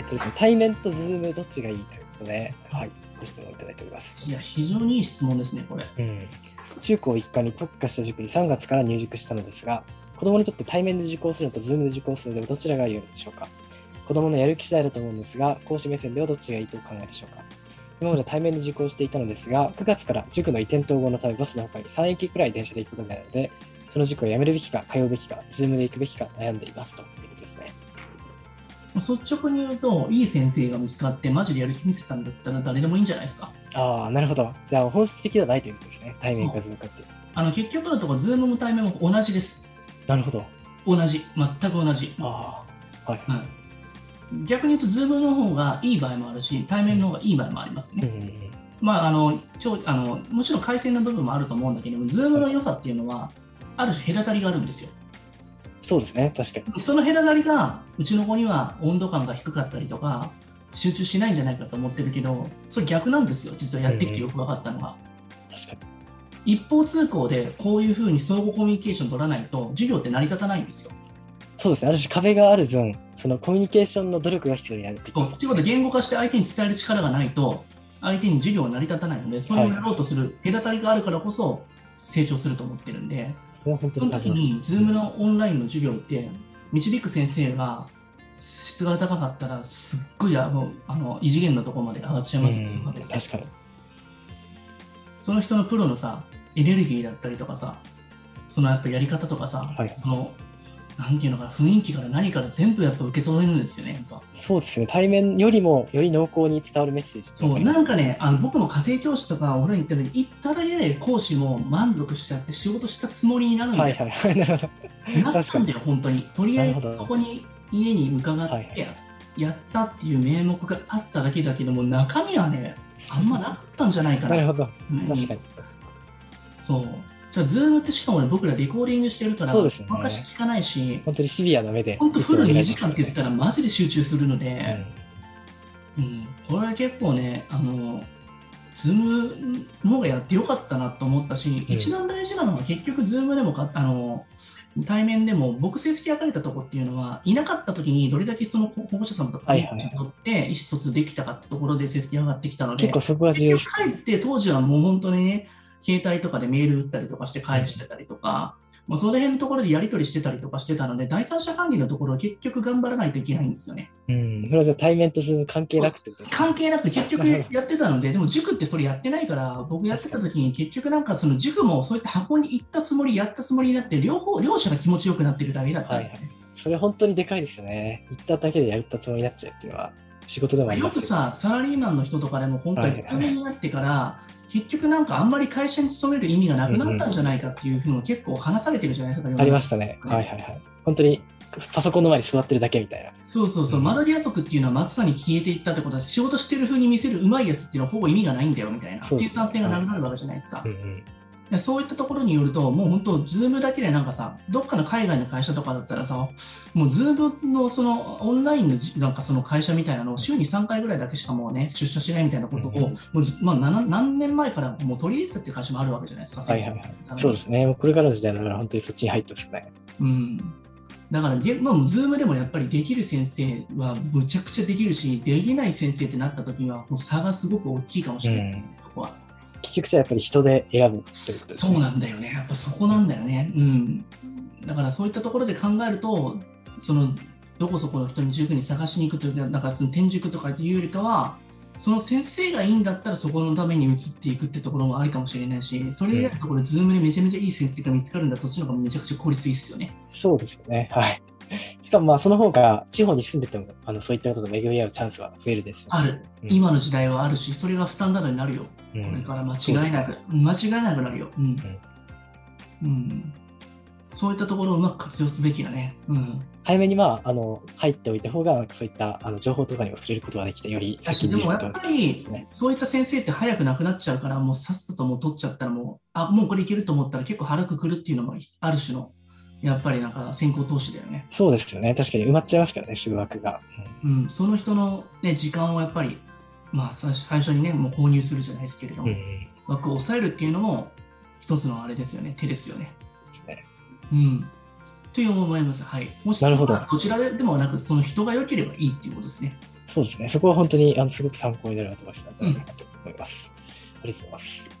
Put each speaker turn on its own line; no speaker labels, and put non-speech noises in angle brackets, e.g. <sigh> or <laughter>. っとですね、対面とズームどっちがいいということで、はい、ご質問いただいております。
いや、非常にいい質問ですね、これ。
うん、中高一貫に特化した塾に3月から入塾したのですが、子供にとって対面で受講するのとズームで受講するのでどちらが良いのでしょうか子供のやる気次第だと思うんですが、講師目線ではどっちがいいとお考えでしょうか今まで対面で受講していたのですが、9月から塾の移転統合のためバスの他に3駅くらい電車で行くことになるので、その塾を辞めるべきか、通うべきか、ズームで行くべきか悩んでいますということですね。
率直に言うと、いい先生が見つかって、マジでやる気見せたんだったら誰でもいいんじゃないですか。
ああ、なるほど。じゃあ本質的ではないということですね。対面かズームかっていう。
あの結局のところ、ズームも対面も同じです。
なるほど。
同じ。全く同じ。
ああ、はい。
うん、逆に言うと、ズームの方がいい場合もあるし、対面の方がいい場合もあります
うん
ね。
うんうん。
まあ、あのちょあのもちろん回線の部分もあると思うんだけども、ズームの良さっていうのは、ある種隔たりがあるんですよ。
そうですね。確かに。
その隔たりが、うちの子には温度感が低かったりとか、集中しないんじゃないかと思ってるけど、それ逆なんですよ、実はやってきてよく分かったのが。
確かに。
一方通行で、こういうふうに相互コミュニケーション取らないと、授業って成り立たないんですよ。
そうですね。ある種壁がある分、そのコミュニケーションの努力が必要になるってこと
という
ですね。
ことで、言語化して相手に伝える力がないと、相手に授業は成り立たないので、それをやろうとする隔たりがあるからこそ、成長すると思ってるんで、
それは本当
そ
に
の
感
時
じます。
に、ズームのオンラインの授業って、導く先生が質が高かったら、すっごいあのあの異次元のところまで上がっちゃいますよ、
うん、
そうですよ
確かに。
その人のプロのさ、エネルギーだったりとかさ、そのやっぱやり方とかさ、
はい
その、なんていうのかな、雰囲気から何から全部やっぱ受け取れるんですよね、やっぱ。
そうですね。対面よりもより濃厚に伝わるメッセージっていうの
そう
があり
な
ま
んかね、あの僕も家庭教師とか、俺に行った時行っただけで講師も満足しちゃって、仕事したつもりになるん
す。
だよ、
はいはいはい。 <laughs> なるほ
な
ど。
っ
確か
たん
に。
だよ、本当に。とりあ
な
え
るほ
ず
ど
そこに家に伺って、
はいは
やったっていう名目があっただけだけども、中身はね、あんまなかったんじゃないか
な
な。
るほど。
うん
確かに。
そう。じゃあ、ズームってしかもね僕らレコーディングしてるから、
そうですよね
昔聞かないし、
本当にシビアな目で。
本当フル
見つめ
2
て
時
いた
間
だ
っ
き
て言ったらマジで集中するので、
ますね
うん、これは結構ね、あの、ズームの方がやってよかったなと思ったし、
うん
一番大事なのは結局ズームでもか、あの、対面でも僕成績上がれたとこっていうのは、いなかった時にどれだけその保護者さんとか
は
に
いはいはい
とって意思疎通できたかってところで成績上がってきたの
うん。
で、
結構そこが重要です
結。局帰って当時はもう本当にね、携帯とかでメール打ったりとかして返してたりとか、もうその辺のところでやり取りしてたりとかしてたので、第三者管理のところは結局頑張らないといけないんですよね。
うん。それはじゃあ対面とズーム関係なくってことですね
関係なく結局やってたので、でも塾ってそれやってないから、僕やってた時に結局なんかその塾もそういった箱に行ったつもり、やったつもりになって、両方、両者が気持ちよくなってるだけだったんですよね。
それ本当にでかいですよね。言っただけでやったつもりになっちゃうっていうのは仕事でもあり
よ
ます
く
けど。
さ、サラリーマンの人とかでも今
はい
回、
はい
定年になってから、結局なんかあんまり会社に勤める意味がなくなったんじゃないかっていうふうに結構話されてるじゃないですか、
ありま
し
したね。はいはいはい。本当にパソコンの前に座ってるだけみたいな。
そうそうそう、
うん
マダリア族っていうのはまさに消えていったってことは、仕事してるふうに見せるうまいやつっていうのはほぼ意味がないんだよみたいな、
そうで
生
す
産性がなくなるわけじゃないですか
うん。うん。
でそういったところによると、もう本当、ズームだけでなんかさ、どっかの海外の会社とかだったらさ、もうズームのそのオンラインのじなんかその会社みたいなのを週に3回ぐらいだけしかもうね、出社しないみたいなこと
う
を、
ん
もうじまあ、なな何年前からもう取り入れてたっていう会社もあるわけじゃないですか、
はいはいはい
先生
そうですね。もうこれからの時代だから本当にそっちに入ってますね。
うん、だから、げまあ、ズームでもやっぱりできる先生はむちゃくちゃできるし、できない先生ってなった時には、もう差がすごく大きいかもしれない、
うん
そこは。
結局じゃあやっぱり人で選ぶということですね。
そうなんだよね、やっぱそこなんだよね。うん、だからそういったところで考えると、そのどこそこの人に塾に探しに行くというか、なんかその転塾とかっていうよりかは、その先生がいいんだったらそこのために移っていくってところもありかもしれないし、それ以外のところ、ズームでめちゃめちゃいい先生が見つかるんだ、そっちの方がめちゃくちゃ効率いいっすよね。
そうですよね。はい。しかもまあその方が地方に住んでてもあのそういったことと巡り合うチャンスは増えるですし。
ある、
うん
今の時代はあるし、それがスタンダードになるよ。
う
これ
ん
から間違いなく、間違いなくなるよ、うんうんそういったところをうまく活用すべきだね。うん
早めにまああの入っておいた方がそういったあの情報とかにも触れることができてより先に
で
知る
も
こと
やっ
が
ぱ
できる
り
ですね。
そういった先生って早くなくなっちゃうからもうさっさともう取っちゃったらもうあもうこれいけると思ったら結構腹くくるっていうのもある種のやっぱりなんか先行投資だよね、
そうですよね。確かに埋まっちゃいますからね、すぐ枠が。うん
うん、その人の、ね、時間をやっぱり、まあ、最初最初にねもう購入するじゃないですけれども、
うん
枠を抑えるっていうのも一つのあれですよね手ですよね
ですね。
うんという思います。はい。もし
なるほど
どちらでもなく、その人が良ければいいっていうことですね。
そうですね。そこは本当にあのすごく参考になるアドバイスなんじゃないかなと思います。ありがとうございます。